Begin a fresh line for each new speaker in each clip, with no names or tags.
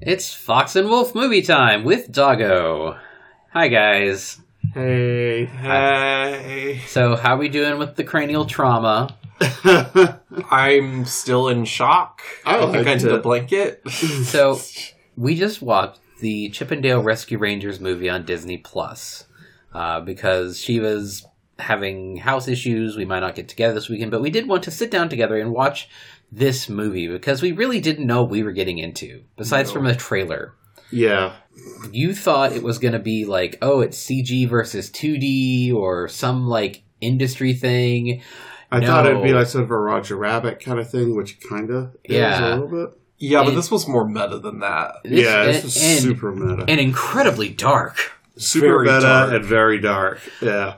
It's Fox and Wolf movie time with Doggo. Hi guys.
Hey, hey.
So how we doing with the cranial trauma?
I'm still in shock.
Oh,
I think
I
I did a
did.
blanket.
So we just watched the Chippendale Rescue Rangers movie on Disney Plus uh, because she was having house issues. We might not get together this weekend, but we did want to sit down together and watch this movie because we really didn't know what we were getting into. Besides
No.
from the trailer,
Yeah.
you thought it was going to be like, oh, it's CG versus 2D or some like industry thing.
I thought
No.
it'd be like sort of a Roger Rabbit kind of thing, which kind of
Yeah.
is a little bit.
yeah, but
It-
this was more meta than that.
This-
yeah, this
and-
was
and-
super meta.
and incredibly dark.
super
very
meta
dark.
and very dark. Yeah.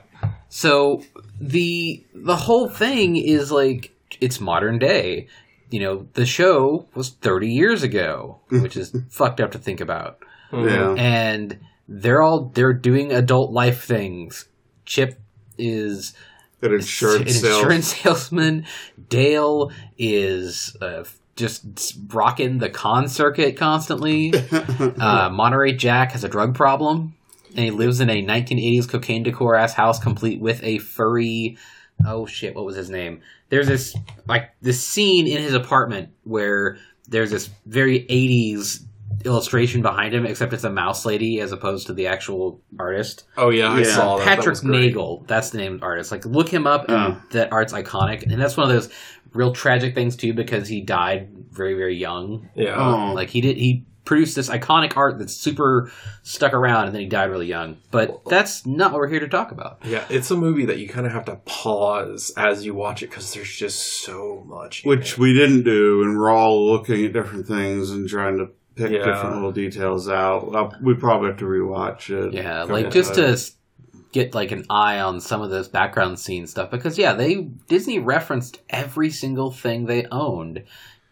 So the the whole thing is like it's modern day. You know, the show was 30 years ago,
Mm.
which is fucked up to think about.
Yeah.
Mm-hmm. And they're all they're doing adult life things. Chip is
An insurance
an
sales.
insurance salesman. Dale is uh, just rocking the con circuit constantly. uh, Monterey Jack has a drug problem, and he lives in a 1980s cocaine decor ass house, complete with a furry. Oh shit! What was his name? There's this like this scene in his apartment where there's this very 80s illustration behind him, except it's a mouse lady as opposed to the actual artist.
Oh yeah, I
Yeah.
saw that. That
Patrick
was great.
Nagel, that's the name of the artist. Like, look him up, and
Oh.
that art's iconic. And that's one of those real tragic things too, because he died very, very young.
Yeah.
oh,
Like he did, he produced this iconic art that's super stuck around, and then he died really young. But that's not what we're here to talk about.
Yeah, it's a movie that you kind of have to pause as you watch it because there's just so much. in
which
it.
we didn't do, and we're all looking at different things and trying to pick
Yeah.
different little details out. Uh, we probably have to rewatch it.
Yeah,
Couple
like just to
times.
s- get like an eye on some of those background scene stuff, because yeah, they Disney referenced every single thing they owned.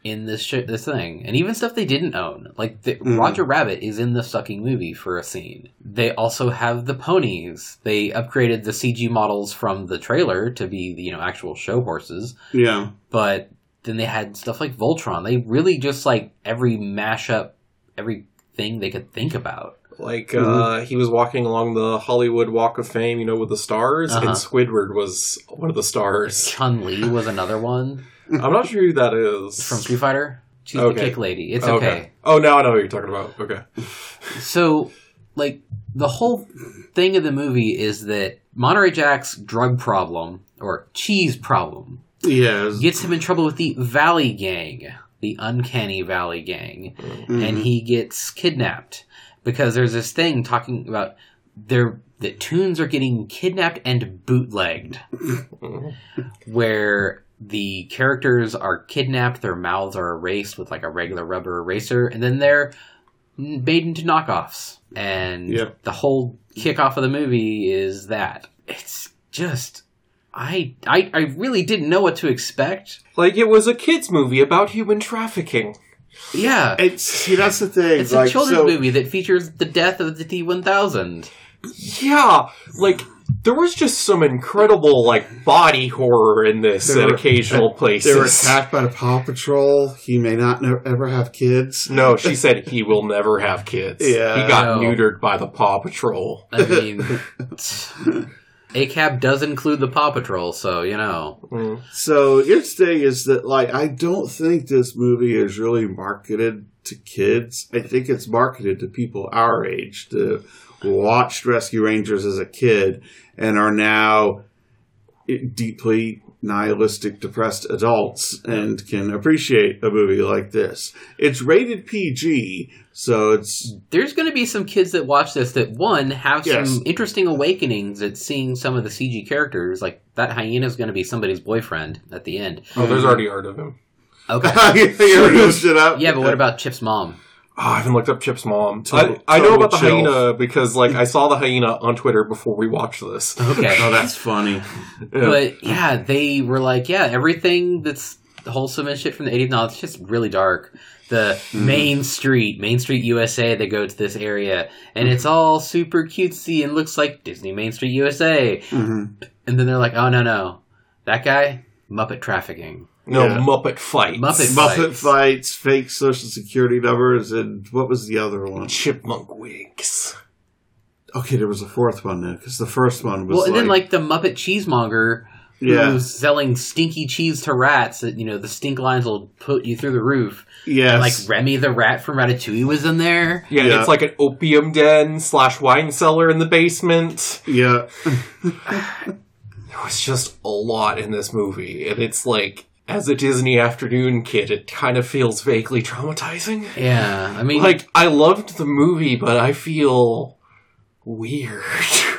in this shit, this thing, and even stuff they didn't own. Like the,
Mhm.
Roger Rabbit is in the sucking movie for a scene. They also have the ponies. They upgraded the CG models from the trailer to be you know actual show horses,
yeah,
but then they had stuff like Voltron. They really just like every mashup, every thing they could think about.
Like uh,
Mhm.
he was walking along the Hollywood Walk of Fame, you know, with the stars, and
Uh-huh.
Squidward was one of the stars.
Chun Li was another one
I'm not sure who that is.
from Street Fighter. She's the
Okay.
kick lady. It's okay.
Oh, now I know what you're talking about. Okay.
So, like, the whole thing of the movie is that Monterey Jack's drug problem, or cheese problem,
yeah, it was-
gets him in trouble with the Valley Gang, the Uncanny Valley Gang,
mhm.
and he gets kidnapped because there's this thing talking about their that tunes are getting kidnapped and bootlegged
Mhm.
where the characters are kidnapped, their mouths are erased with like a regular rubber eraser, and then they're made into knockoffs. And
Yep.
the whole kickoff of the movie is that it's just I, I I really didn't know what to expect.
Like it was a kids movie about human trafficking.
Yeah.
it's see that's the thing.
It's
like,
a children's
so-
movie that features the death of the T1000.
Yeah, like there was just some incredible like body horror in this
There
at
were-
occasional places.
They were attacked by the Paw Patrol. He may not ne- ever have kids.
No, she said he will never have kids.
Yeah.
he
No.
got neutered by the Paw Patrol.
I mean, ACAB does include the Paw Patrol, so, you know.
Mm.
So its thing is that like I don't think this movie is really marketed to kids. I think it's marketed to people our age to watched Rescue Rangers as a kid and are now deeply nihilistic depressed adults and can appreciate a movie like this. It's rated PG, so it's
there's going to be some kids that watch this that one have
Yes.
some interesting awakenings at seeing some of the CG characters. Like that hyena is going to be somebody's boyfriend at the end.
Oh,
Hmm.
there's already art of him.
Okay.
You already looked it up?
yeah, but what about Chip's mom?
Oh, I haven't looked up Chip's mom.
Total-
I, I know
total
about the
chill.
hyena because like I saw the hyena on Twitter before we watched this.
Okay.
Oh, that's funny.
But yeah, they were like, yeah, everything that's wholesome and shit from the 80s. No, it's just really dark. The
Hmm.
main street, Main Street USA, they go to this area, and
Hmm.
it's all super cutesy and looks like Disney Main Street USA.
Mhm.
And then they're like, oh, no, no. That guy, Muppet trafficking.
No
Yeah.
Muppet fights.
Muppet
Muppet
Fights.
fights. fake social security numbers, and what was the other one?
Chipmunk wigs.
Okay, there was a fourth one then, because the first one was
Well, and
like,
then like the Muppet cheesemonger
yeah,
who's selling stinky cheese to rats that you know the stink lines will put you through the roof.
yes,
Like Remy the rat from Ratatouille was in there.
Yeah,
Yeah.
it's like an opium den slash wine cellar in the basement.
yeah,
There was just a lot in this movie, and it's like, as a Disney afternoon kid, it kind of feels vaguely traumatizing.
Yeah, I mean,
Like, I loved the movie, but I feel weird.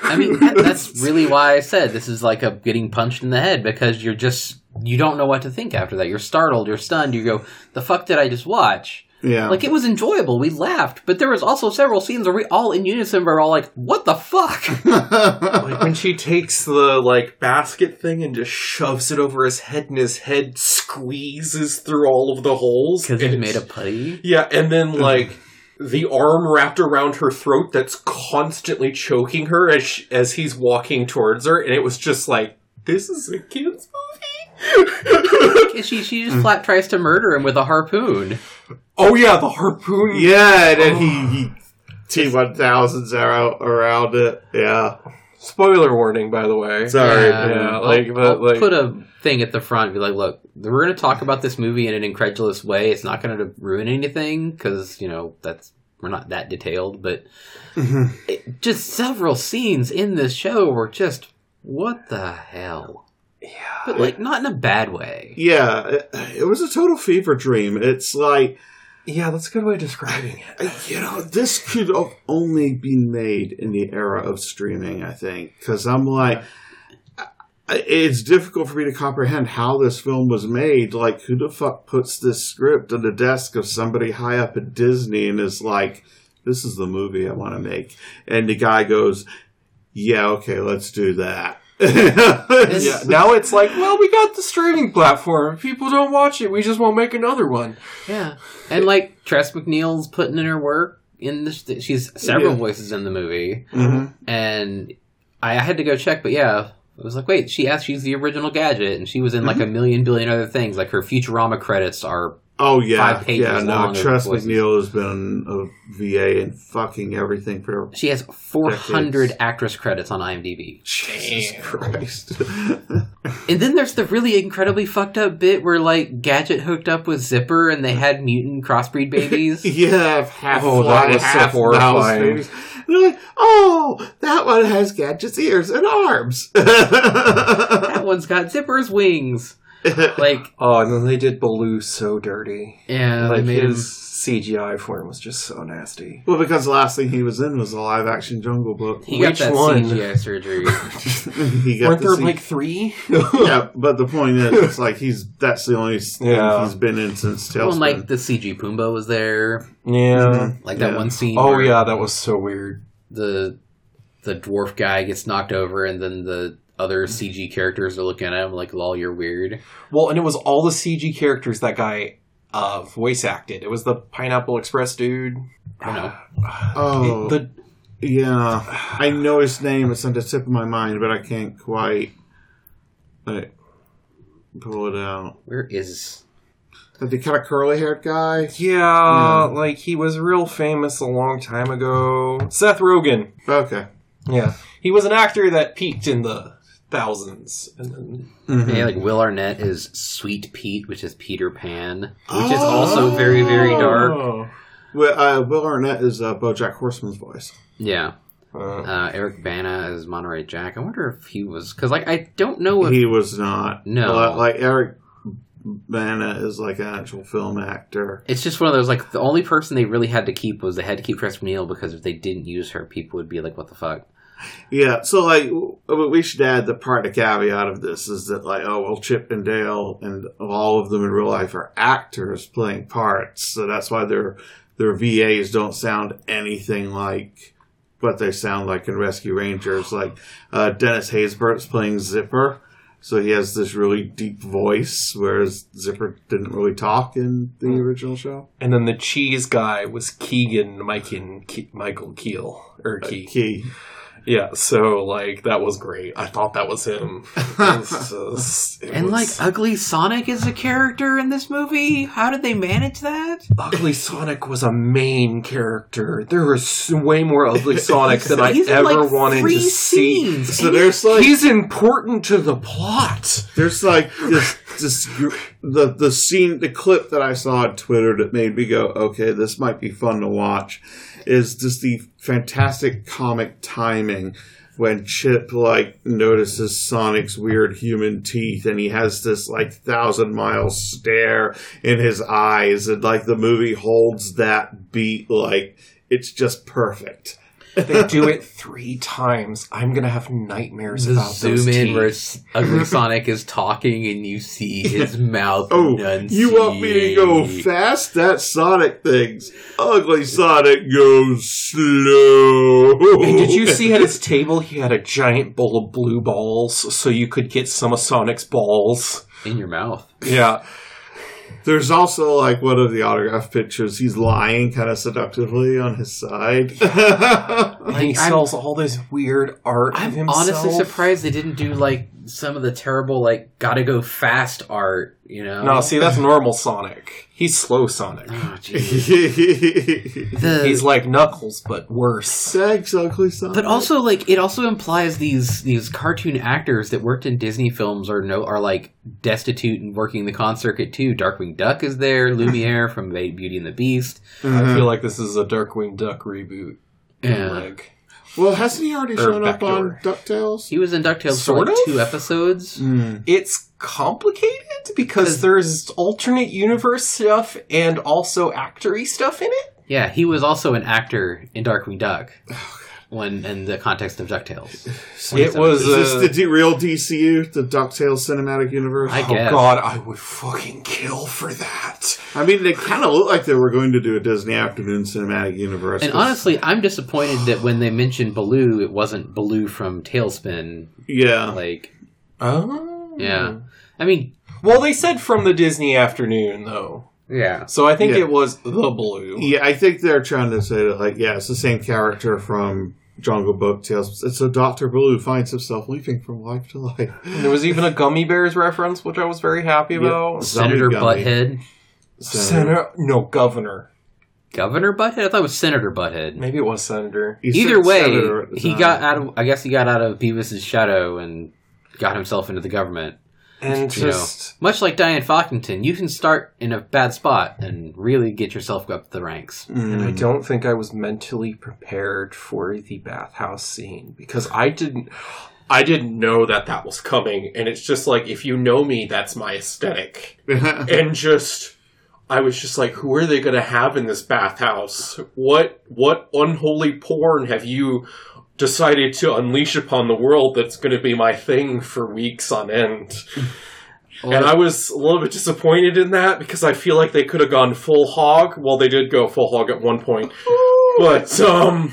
I mean that, that's really why I said this is like a getting punched in the head because you're just you don't know what to think after that. You're startled, you're stunned, you go, "The fuck did I just watch?"
yeah.
Like it was enjoyable, we laughed, but there was also several scenes where we all in unison were all like, "What the fuck?"
like when she takes the like basket thing and just shoves it over his head, and his head squeezes through all of the holes
Because he's
and
made a putty.
Yeah, and then like the arm wrapped around her throat that's constantly choking her as sh as he's walking towards her, and it was just like this is a kids movie.
She she just flat tries to murder him with a harpoon.
oh yeah, the harpoon.
yeah, and then
oh.
he, he T one thousands are out around it. Yeah,
Spoiler warning, by the way.
sorry.
Yeah.
Yeah,
man.
like
I'll-
but
I'll
like
put a thing at the front. And be like, look, we're going to talk about this movie in an incredulous way. It's not going to ruin anything because you know that's we're not that detailed. But it, just several scenes in this show were just what the hell.
yeah.
But like not in a bad way.
Yeah, it, it was a total fever dream. It's like
yeah, that's a good way of describing it.
Uh, you know, this could have only be made in the era of streaming. I think because I'm like. I- It's difficult for me to comprehend how this film was made. Like, who the fuck puts this script on the desk of somebody high up at Disney and is like, "This is the movie I want to make," and the guy goes, "Yeah, okay, let's do that."
Yeah, now it's like, well, we got the streaming platform. If people don't watch it, we just won't make another one.
Yeah, and like Tress McNeil's putting in her work. In this, she's several
Yeah.
voices in the movie.
Mhm.
and I I had to go check, but yeah, I was like, wait, she asked, she's the original gadget, and she was in like
Mm-hmm.
a million billion other things. Like her Futurama credits are,
Oh yeah,
five pages
yeah. No,
long of
Tress
voices.
McNeil has been a VA and fucking everything for
she has 400
Decades.
actress credits on IMDb.
Jesus
Damn.
Christ.
And then there's the really incredibly fucked up bit where like Gadget hooked up with Zipper and they had mutant crossbreed babies.
yeah, I've half
Oh, that
fly,
was so
half
horrifying.
mouse things. They're like, oh, that one has gadgets, ears, and arms.
that one's got Zipper's wings. Like,
Oh, and then they did Baloo so dirty.
yeah, they
like
made
his
him.
CGI form was just so nasty.
well, because the last thing he was in was a live action Jungle Book.
He got
Which
that
one?
CGI surgery.
he got
Weren't
to
there
see-
like three?
yeah, but the point is, it's like he's that's the only
Yeah.
thing he's been in since
well,
Tailspin.
and, like the CG Pumbaa was there.
yeah.
Mhm.
Like that
Yeah.
one scene.
Oh
where-
yeah, that was so weird.
the the dwarf guy gets knocked over and then the other CG characters are looking at him like lol you're weird.
Well, and it was all the CG characters that guy uh, voice acted. It was the Pineapple Express dude.
I don't know.
oh,
The
Yeah, I know his name. It's on the tip of my mind, but I can't quite like, pull it out.
Where is
But the kind of curly-haired guy.
yeah, like he was real famous a long time ago. Seth Rogen.
Okay.
Yeah, he was an actor that peaked in the thousands. And then,
Mhm.
yeah, like Will Arnett is Sweet Pete, which is Peter Pan, which is
Oh.
also very very dark.
Oh.
Well, uh, Will Arnett is uh, BoJack Horseman's voice.
Yeah,
Uh,
uh, Eric Bana is Monterey Jack. I wonder if he was because like I don't know if
He was not.
No.
Like, like Eric Bana is like an actual film actor.
it's just one of those like the only person they really had to keep was they had to keep Tress Neal because if they didn't use her, people would be like, what the fuck.
Yeah. So like, w- we should add the part, the caveat of this is that like, oh well, Chip and Dale and all of them in real life are actors playing parts, so that's why their their VAs don't sound anything like what they sound like in Rescue Rangers. Like uh, Dennis Haysbert's playing Zipper. So he has this really deep voice, whereas Zipper didn't really talk in the original show.
and then the Er, cheese guy was Keegan Mike Ke- Michael Keel or Key.
Key,
Yeah, so like that was great. I thought that was him. It was just- it
And like
was-
ugly Sonic is a character in this movie. How did they manage that?
Ugly Sonic was a main character. There was way more Ugly Sonic than I
He's in,
ever
like,
wanted
three
to see.
scenes.
So there's like
He's important to the plot.
There's like this, this gr- the the scene, the clip that I saw on Twitter that made me go, okay, this might be fun to watch. Is just the fantastic comic timing when Chip like notices Sonic's weird human teeth and he has this like thousand mile stare in his eyes and like the movie holds that beat like it's just perfect.
They do it three times. I'm gonna have nightmares
The
about those
zoom in
teeth.
where S- ugly Sonic is talking and you see his mouth.
Oh, you want me to go
enunciate.
fast? That Sonic thing's ugly. Sonic goes slow.
And did you see at his table he had a giant bowl of blue balls so you could get some of Sonic's balls?
in your mouth?
Yeah.
There's also like one of the autograph pictures. He's lying kind of seductively on his side.
And he
Like, I'm-
sells all this weird art of
I'm
himself.
honestly surprised they didn't do like some of the terrible like gotta go fast art. You know?
No, see that's normal Sonic. He's slow Sonic.
Oh, jeez.
Thanks,
The-
He's like Knuckles, but worse.
ugly Sonic.
But also, like, it also implies these these cartoon actors that worked in Disney films are no are like destitute and working the con circuit too. Darkwing Duck is there, Lumiere from Ba- Beauty and the Beast.
I
Mhm.
feel like this is a Darkwing Duck reboot.
Yeah.
Like,
well, hasn't he already
Or
shown up on
backdoor.
Ducktales?
He was in Ducktales
Sort
for like
of?
two episodes.
Mm.
it's complicated because there's alternate universe stuff and also actory stuff in it.
Yeah, he was also an actor in Darkwing Duck when in the context of Ducktales.
It was
Is this
uh,
the d- real DCU, the Ducktales cinematic universe?
I
Oh
guess.
god, I would fucking kill for that.
I mean, they kind of look like they were going to do a Disney Afternoon Cinematic Universe.
And
'cause-
honestly, I'm disappointed that when they mentioned Baloo, it wasn't Baloo from Tailspin.
yeah,
Like,
Hmm.
Oh.
yeah, I mean,
Well, they said from the Disney afternoon though.
yeah,
So I think
Yeah.
it was the blue.
yeah, I think they're trying to say that, like, yeah, it's the same character from Jungle Book Tales. It's a Doctor Baloo finds himself leaping from life to life.
And there was even a Gummy Bears reference, which I was very happy about.
Zombie
Senator
Gummy.
Butthead.
So-
Senator, no, Governor.
Governor Butthead? I thought it was Senator Butthead.
Maybe it was Senator.
He
Either
said
way,
senator uh, at the
he
time.
got out of. I guess he got out of Beavis's shadow and got himself into the government.
And
You know.
just
Much like Diane Falkington, you can start in a bad spot and really get yourself up the ranks.
And
Mm.
I don't think I was mentally prepared for the bathhouse scene because I didn't. I didn't know that that was coming, and it's just like if you know me, that's my aesthetic. and just I was just like, who are they gonna have in this bathhouse? What what unholy porn have you decided to unleash upon the world that's gonna be my thing for weeks on end? And I was a little bit disappointed in that because I feel like they could have gone full hog. Well, they did go full hog at one point, but um,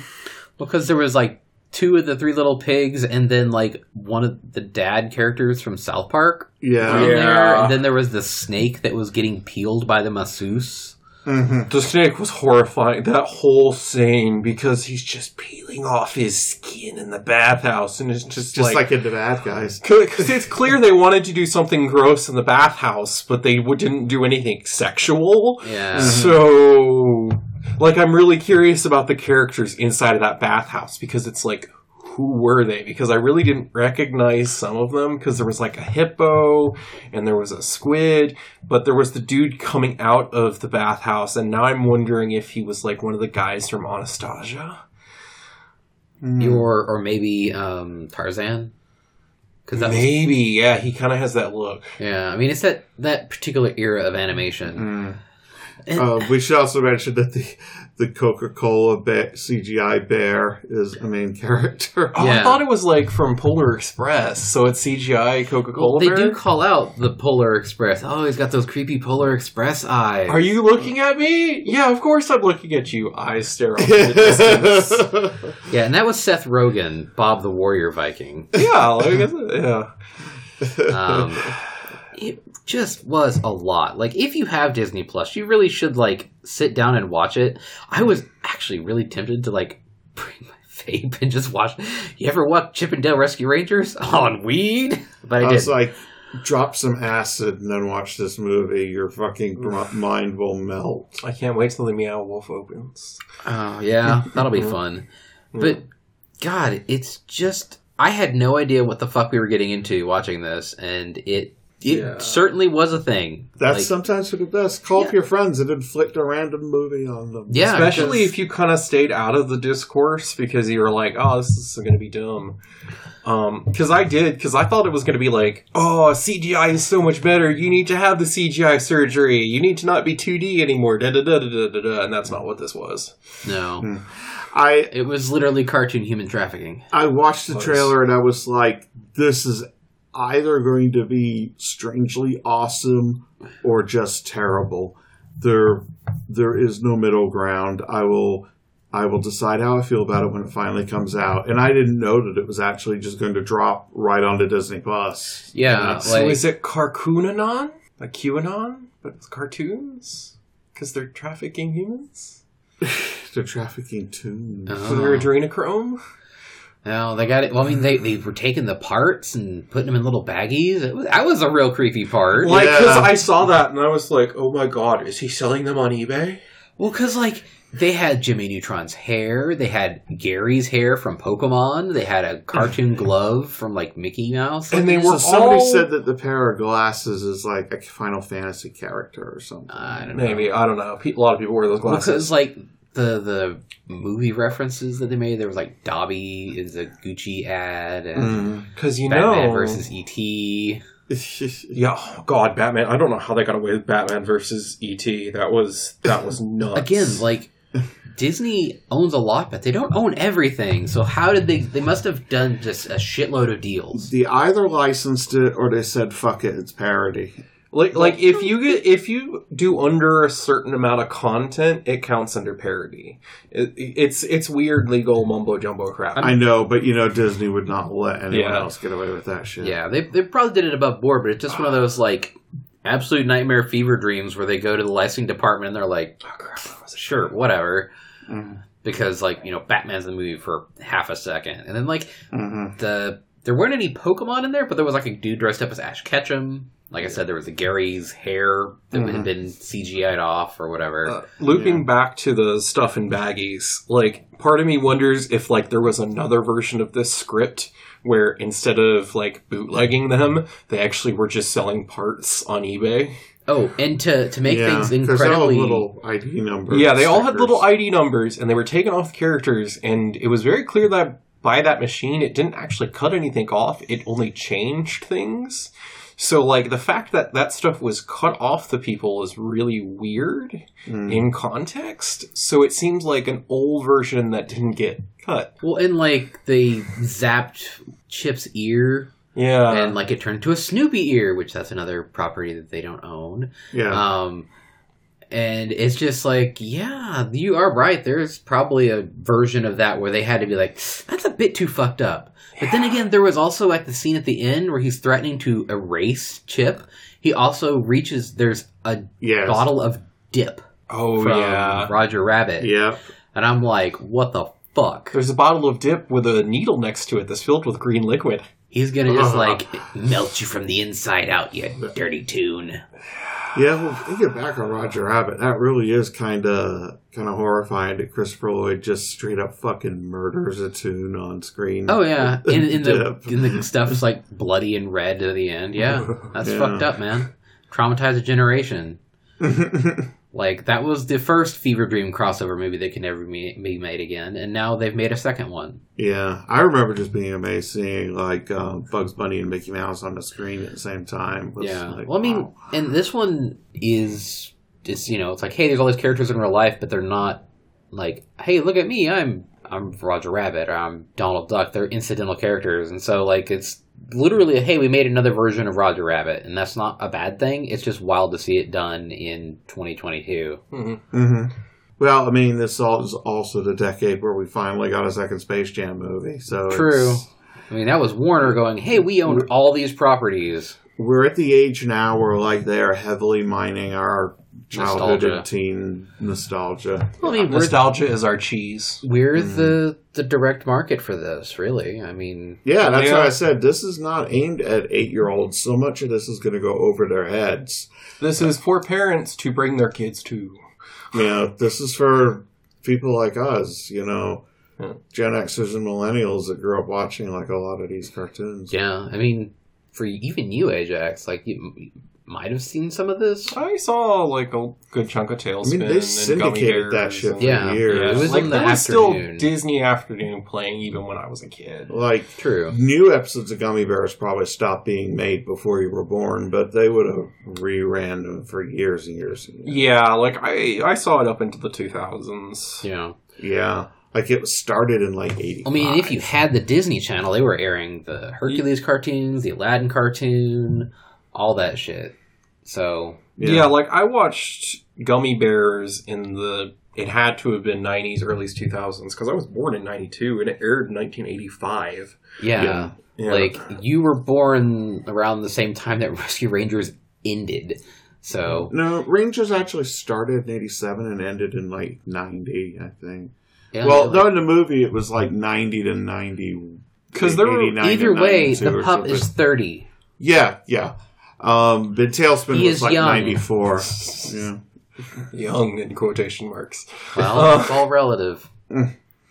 because there was like two of the three little pigs, and then like one of the dad characters from South Park were
yeah.
in there,
Yeah.
and then there was the snake that was getting peeled by the masseuse.
Mhm.
the snake was horrifying. That whole scene because he's just peeling off his skin in the bathhouse, and it's
Just like, in the bad guys.
Because it's clear they wanted to do something gross in the bathhouse, but they w- didn't do anything sexual.
Yeah.
So, like, I'm really curious about the characters inside of that bathhouse because it's like, who were they? Because I really didn't recognize some of them because there was like a hippo and there was a squid, but there was the dude coming out of the bathhouse, and now I'm wondering if he was like one of the guys from Anastasia.
mm. Mm-hmm. Or or maybe um, Tarzan. Because that was
Maybe, yeah, he kind of has that look.
Yeah, I mean it's that that particular era of animation.
Mm.
And-
Uh, we should also mention that the the Coca Cola ba- CGI bear is a main character.
Oh, I
Yeah.
thought it was like from Polar Express, so it's CGI Coca
Well,
Cola.
they do call out the Polar Express. Oh, he's got those creepy Polar Express eyes.
Are you looking at me? Yeah, of course I'm looking at you. I stare off in the distance.
Yeah, and that was Seth Rogen, Bob the Warrior Viking.
yeah, like, yeah.
Um, it just was a lot. Like, if you have Disney Plus, you really should like sit down and watch it. I was actually really tempted to like bring my vape and just watch. You ever watch Chippendale Rescue Rangers on weed? But I,
I
did.
was like, drop some acid and then watch this movie. Your fucking gr- mind will melt.
I can't wait till the Meow Wolf opens.
oh yeah, that'll be fun. But God, it's just I had no idea what the fuck we were getting into watching this, and it it
Yeah.
certainly was a thing.
That's
Like,
sometimes for the best. Call
Yeah.
up your friends and inflict a random movie on them.
yeah,
Especially
'cause-
if you kind of stayed out of the discourse because you were like, "Oh, this is going to be dumb." Because I did, because I thought it was going to be like, "Oh, CGI is so much better. You need to have the CGI surgery. You need to not be 2D anymore." Da da da da da da. da," And that's not what this was.
no.
I
It was literally cartoon human trafficking.
I watched the
Close.
trailer and I was like, this is either going to be strangely awesome or just terrible. There there is no middle ground. I will I will decide how I feel about it when it finally comes out. And I didn't know that it was actually just going to drop right onto Disney Plus.
Yeah,
so
Uh, like
is it Carcoonanon? Like QAnon, but it's cartoons because they're trafficking humans
They're trafficking tunes.
for their
Oh.
adrenochrome.
no, they got it. Well, I mean, they, they were taking the parts and putting them in little baggies. It was, that was a real creepy part.
Like, because
Yeah.
I saw that and I was like, "Oh my god, is he selling them on eBay?"
Well, because like they had Jimmy Neutron's hair, they had Gary's hair from Pokemon, they had a cartoon glove from like Mickey Mouse,
And they
So
were
somebody
all
said that the pair of glasses is like a Final Fantasy character or something.
I don't know.
Maybe I don't know. Pe- A lot of people wear those glasses.
because like the the movie references that they made, there was like Dobby is a Gucci ad and
Mm-hmm.
Because Mm, you
Batman
know,
versus E ET.
yeah, oh, God, Batman. I don't know how they got away with Batman versus ET. That was that was nuts.
Again, like Disney owns a lot, but they don't own everything. So how did they? They must have done just a shitload of deals.
They either licensed it or they said fuck it, it's parody.
like like if you get if you do under a certain amount of content, it counts under parody. It, it's it's weird legal mumbo jumbo crap.
I know, but you know Disney would not let anyone
Yeah.
else get away with that shit.
Yeah, they they probably did it above board, but it's just one of those like absolute nightmare fever dreams where they go to the licensing department and they're like,
Oh, crap, that was a
sure, whatever.
Mhm.
Because like you know, Batman's in the movie for half a second, and then like
Mhm.
the there weren't any Pokemon in there, but there was like a dude dressed up as Ash Ketchum. Like I said, there was a Gary's hair that had
Mhm.
been CGI'd off or whatever.
Uh, looping
Yeah.
back to the stuff in baggies, like part of me wonders if like there was another version of this script where instead of like bootlegging them, they actually were just selling parts on eBay.
oh, and to to make
Yeah,
things
'cause they all have
incredibly
little ID numbers.
yeah, they all had
stickers.
little ID numbers and they were taken off the characters and it was very clear that by that machine it didn't actually cut anything off, it only changed things. So like the fact that that stuff was cut off the people is really weird.
Mm.
in context. So it seems like an old version that didn't get cut.
well, and like they zapped Chip's ear
Yeah.
Uh-huh.
and like it turned to a Snoopy ear, which that's another property that they don't own.
Yeah.
Um, and it's just like, yeah, you are right. There's probably a version of that where they had to be like, that's a bit too fucked up. But then again, there was also like the scene at the end where he's threatening to erase Chip. He also reaches there's a
yes.
bottle of dip
oh
from
yeah.
Roger Rabbit,
Yep.
and I'm like, what the fuck?
There's a bottle of dip with a needle next to it that's filled with green liquid.
He's gonna just
Ugh.
like melt you from the inside out, you dirty tune.
Yeah, well, thinking back on Roger Rabbit, that really is kind of kind of horrifying that Christopher Lloyd just straight up fucking murders a tune on screen.
Oh yeah, in, in the
Dip.
in the stuff is like bloody and red at the end. Yeah, that's
Yeah.
fucked up, man. Traumatized a generation. Like that was the first fever dream crossover movie that can never be, be made again, and now they've made a second one.
Yeah, I remember just being amazed seeing like um, Bugs Bunny and Mickey Mouse on the screen at the same time. Was
yeah,
like,
well, I mean,
wow.
and this one is it's you know it's like hey, there's all these characters in real life, but they're not like hey, look at me, I'm I'm Roger Rabbit or I'm Donald Duck. They're incidental characters, and so like it's literally hey, we made another version of Roger Rabbit, and that's not a bad thing. It's just wild to see it done in 2022.
hmm Well, I mean, this all is also the decade where we finally got a second Space Jam movie. So it's-
True. I mean, that was Warner going, hey, we own all these properties.
we're at the age now where like they are heavily mining our childhood
Nostalgia.
and teen nostalgia.
Well, I mean, we're,
Nostalgia is our cheese.
we're the the direct market for this, really. I mean,
Yeah, that's
Yeah.
why I said this is not aimed at eight year olds. So much of this is going to go over their heads.
This is for parents to bring their kids to.
You know, this is for people like us, you know,
Yeah.
Gen Xers and millennials that grew up watching like a lot of these cartoons.
yeah, I mean, for even you, Ajax, like you m- might have seen some of this.
I saw like a good chunk of
I
Tailspin.
mean, they
and Gummy
syndicated that
Bears
shit for
and-
Yeah,
years.
It was
like
in the
there was still
afternoon.
Disney afternoon playing even when I was a kid.
Like,
True.
new episodes of Gummy Bears probably stopped being made before you were born, but they would have reran them for years and years and years.
Yeah, like I I saw it up into the 2000s.
Yeah.
Yeah. Like it was started in like 80.
I mean, if you had the Disney Channel, they were airing the Hercules cartoons, the Aladdin cartoon, all that shit. So
Yeah. like I watched Gummy Bears in the it had to have been 90s early 2000s cuz I was born in 92 and it aired in 1985.
yeah,
Yeah.
like you were born around the same time that Rescue Rangers ended. So
No, Rangers actually started in 87 and ended in like 90, I think.
yeah,
well,
like-
though in the movie it was like 90 to 90.
cuz there were
89 to
either way,
92
the
or
pup is
something.
thirty.
Yeah, yeah. Um, but Tailspin
He
was
is
like
young.
94. Yeah.
young in quotation marks.
Well, it's all relative.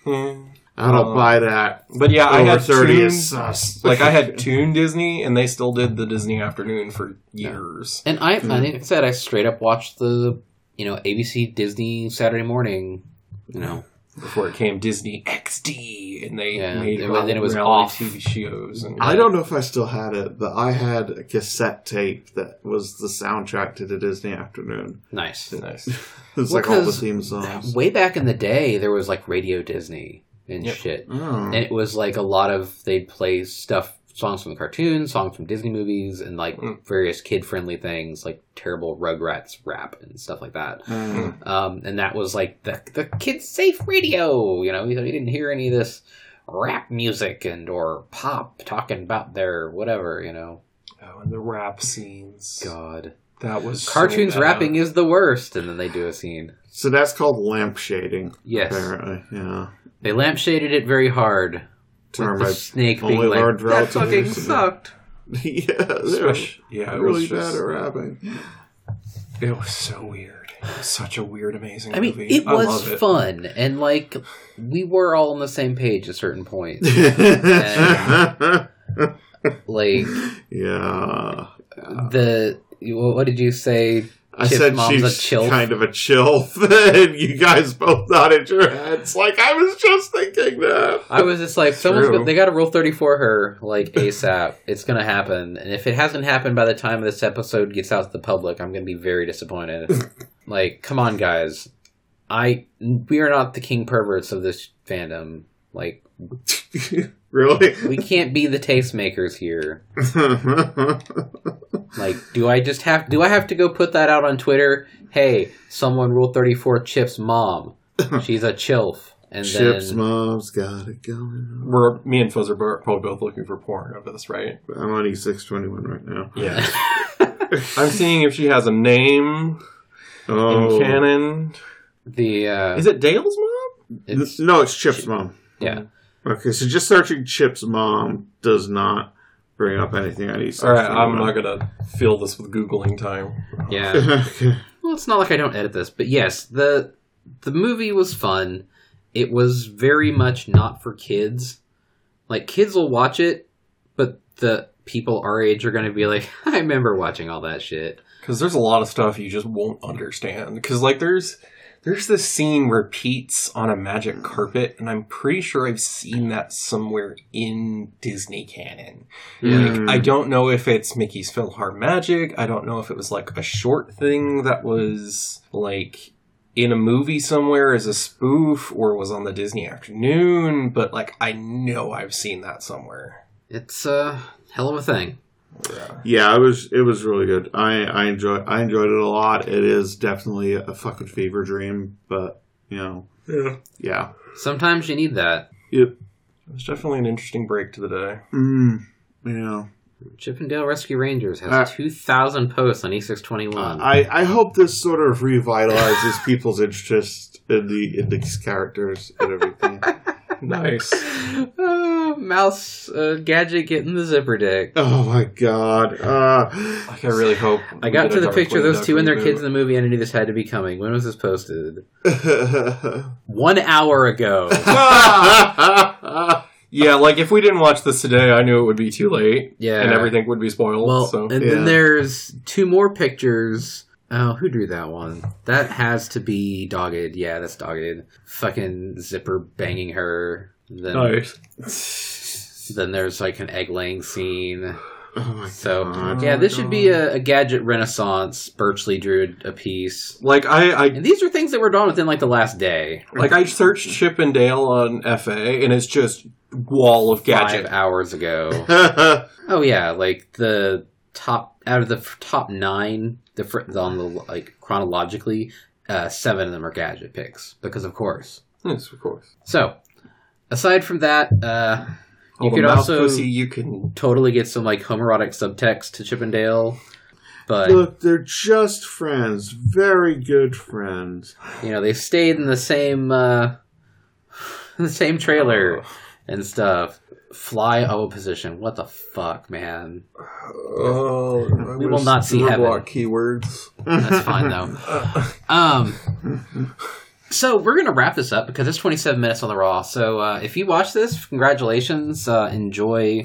Hmm.
I don't
Uh,
buy that.
But yeah, I
Over
had
30
Toon-
is sus.
like I had Toon Disney and they still did the Disney afternoon for years.
And I, I think I said I straight up watched the you know ABC Disney Saturday morning. You know,
before it came Disney XD, and they
Yeah,
made
it
it,
was- then it was off.
TV shows. And
I don't know if I still had it, but I had a cassette tape that was the soundtrack to the Disney afternoon.
nice.
nice.
It was
Well,
like all the
'cause
theme songs.
Way back in the day, there was like Radio Disney and
Yep.
shit.
Oh.
and it was like a lot of they'd play stuff songs from the cartoons songs from disney movies and like
Mm.
various kid friendly things like terrible rugrats rap and stuff like that
Mm.
um, and that was like the, the kids safe radio you know you didn't hear any of this rap music and or pop talking about their whatever you know
Oh, and the rap scenes.
god
That was so uh,
cartoons
bad.
rapping is the worst and then they do a scene
So that's called lamp shading,
yes
apparently. Yeah.
they lampshaded it very hard
Term
with
I
the snake
only
being like
learned
that
relatively
fucking
recently."
sucked
yeah, they're
Especially- yeah, it
really
was just,
bad at rapping.
It was so weird. It was such a weird, amazing.
I mean,
movie.
it
I
was
love it.
fun, and like we were all on the same page at certain points. like
yeah.
the what did you say?
I
Chip
said
Mom's a
she's
chilf.
kind of a chilf, and you guys both nodded your heads like I was just thinking that.
I was just like, someone's
True.
go- they got to roll thirty for her like ASAP. it's gonna happen, and if it hasn't happened by the time this episode gets out to the public, I'm gonna be very disappointed. like, come on, guys, I we are not the king perverts of this fandom. Like,
really?
we can't be the tastemakers here. Like, do I just have do I have to go put that out on Twitter? Hey, someone rule thirty four Chip's mom. She's a chilf. And
Chip's
then
mom's got it going. on.
We're, me and Fuzz are bo- probably both looking for porn of this, right?
I'm on E621 right now.
Yeah. I'm seeing if she has a name
Oh,
in canon.
the uh
Is it Dale's mom?
it's
no, it's Chip's mom.
yeah.
Okay, so just searching Chip's mom does not bring up anything on E E621.
All right, I'm not gonna fill this with googling time.
Yeah.
okay.
Well it's not like I don't edit this, but yes, the the movie was fun. It was very much not for kids. Like kids will watch it, but the people our age are gonna be like, I remember watching all that shit.
because there's a lot of stuff you just won't understand because like there's there's this scene repeats on a magic carpet and i'm pretty sure i've seen that somewhere in disney canon
Mm.
i don't know if it's mickey's philhar magic i don't know if it was like a short thing that was like in a movie somewhere as a spoof or was on the disney afternoon but like i know i've seen that somewhere
It's a hell of a thing.
yeah.
Yeah, it was it was really good. I I enjoyed I enjoyed it a lot. It is definitely a fucking fever dream, but you know,
yeah
yeah.
Sometimes you need that.
Yep.
it was definitely an interesting break to the day
Mm, you know,
Chippendale Rescue Rangers has
Uh,
2,000 posts on E E621.
I, I hope this sort of revitalizes people's interest in the in these characters and everything.
Nice.
Uh, mouse uh, gadget getting the zipper dick.
Oh my god! Uh,
Like I really hope.
I
we
got
get
to
a
the
Dark
picture of
Wind
those two and their
Duck
kids in
reboot.
the movie, and I knew this had to be coming. When was this posted?
yeah,
One hour ago.
yeah, like if we didn't watch this today, I knew it would be too late,
Yeah.
and everything would be spoiled.
Well,
so
and
Yeah.
then there's two more pictures. Oh, who drew that one? That has to be dogged. Yeah, that's dogged. Fucking zipper banging her. Then,
nice.
then there's like an egg laying scene.
oh my
So
god!
yeah, this should be a, a gadget renaissance. Birchley drew a piece,
Like I, I
and these are things that were done within like the last day,
like I searched Chip and Dale on FA, and it's just wall of
five
gadget.
hours ago. oh yeah, like the top out of the f- top nine, the fr- on the like chronologically, uh, seven of them are gadget picks because of course.
Yes, of course.
So aside from that, uh, You
All the
could
mouth
also-
pussy you can.
totally get some like homoerotic subtext to Chippendale, but
Look, they're just friends, very good friends.
you know they stayed in the same uh the same trailer and stuff fly o position what the fuck man
Oh,
We will not see heaven.
block keywords.
that's fine though um so we're gonna wrap this up because it's 27 minutes on the raw so uh if you watch this congratulations uh enjoy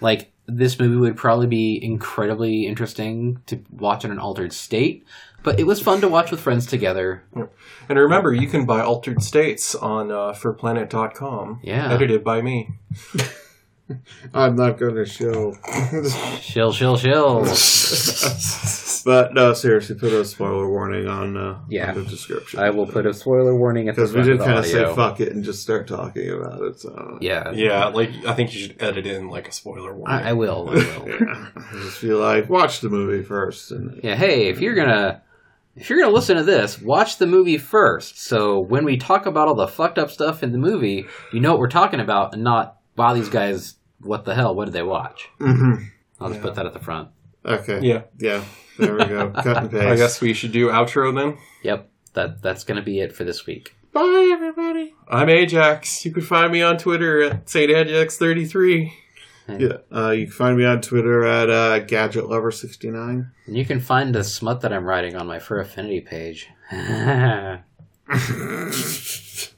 like this movie would probably be incredibly interesting to watch in an altered state but it was fun to watch with friends together
And remember, you can buy Altered States on uh, forplanet.com.
Yeah.
Edited by me.
I'm not going to show.
chill chill chill
but no, seriously, put a spoiler warning on, uh,
Yeah.
on the description.
i will put a spoiler warning at the
because we
front
did
of the
kind of say
audio.
fuck it and just start talking about it. So
Yeah.
Yeah, like, I think you should edit in, like, a spoiler warning.
I, I will. I will.
Yeah. I just feel like watch the movie first, and
yeah. Hey, if you're gonna if you're gonna listen to this, watch the movie first. So when we talk about all the fucked up stuff in the movie, you know what we're talking about, and not wow, these guys, what the hell? What did they watch?
Mhm.
I'll just
Yeah.
put that at the front.
okay, yeah.
yeah.
there we go, cut and paste.
I guess we should do outro then.
Yep. That that's gonna be it for this week.
Bye, everybody.
I'm Ajax. You can find me on Twitter at SaintAjax33.
Yeah, uh, you can find me on Twitter at uh, GadgetLover69.
And you can find the smut that I'm writing on my Fur Affinity page.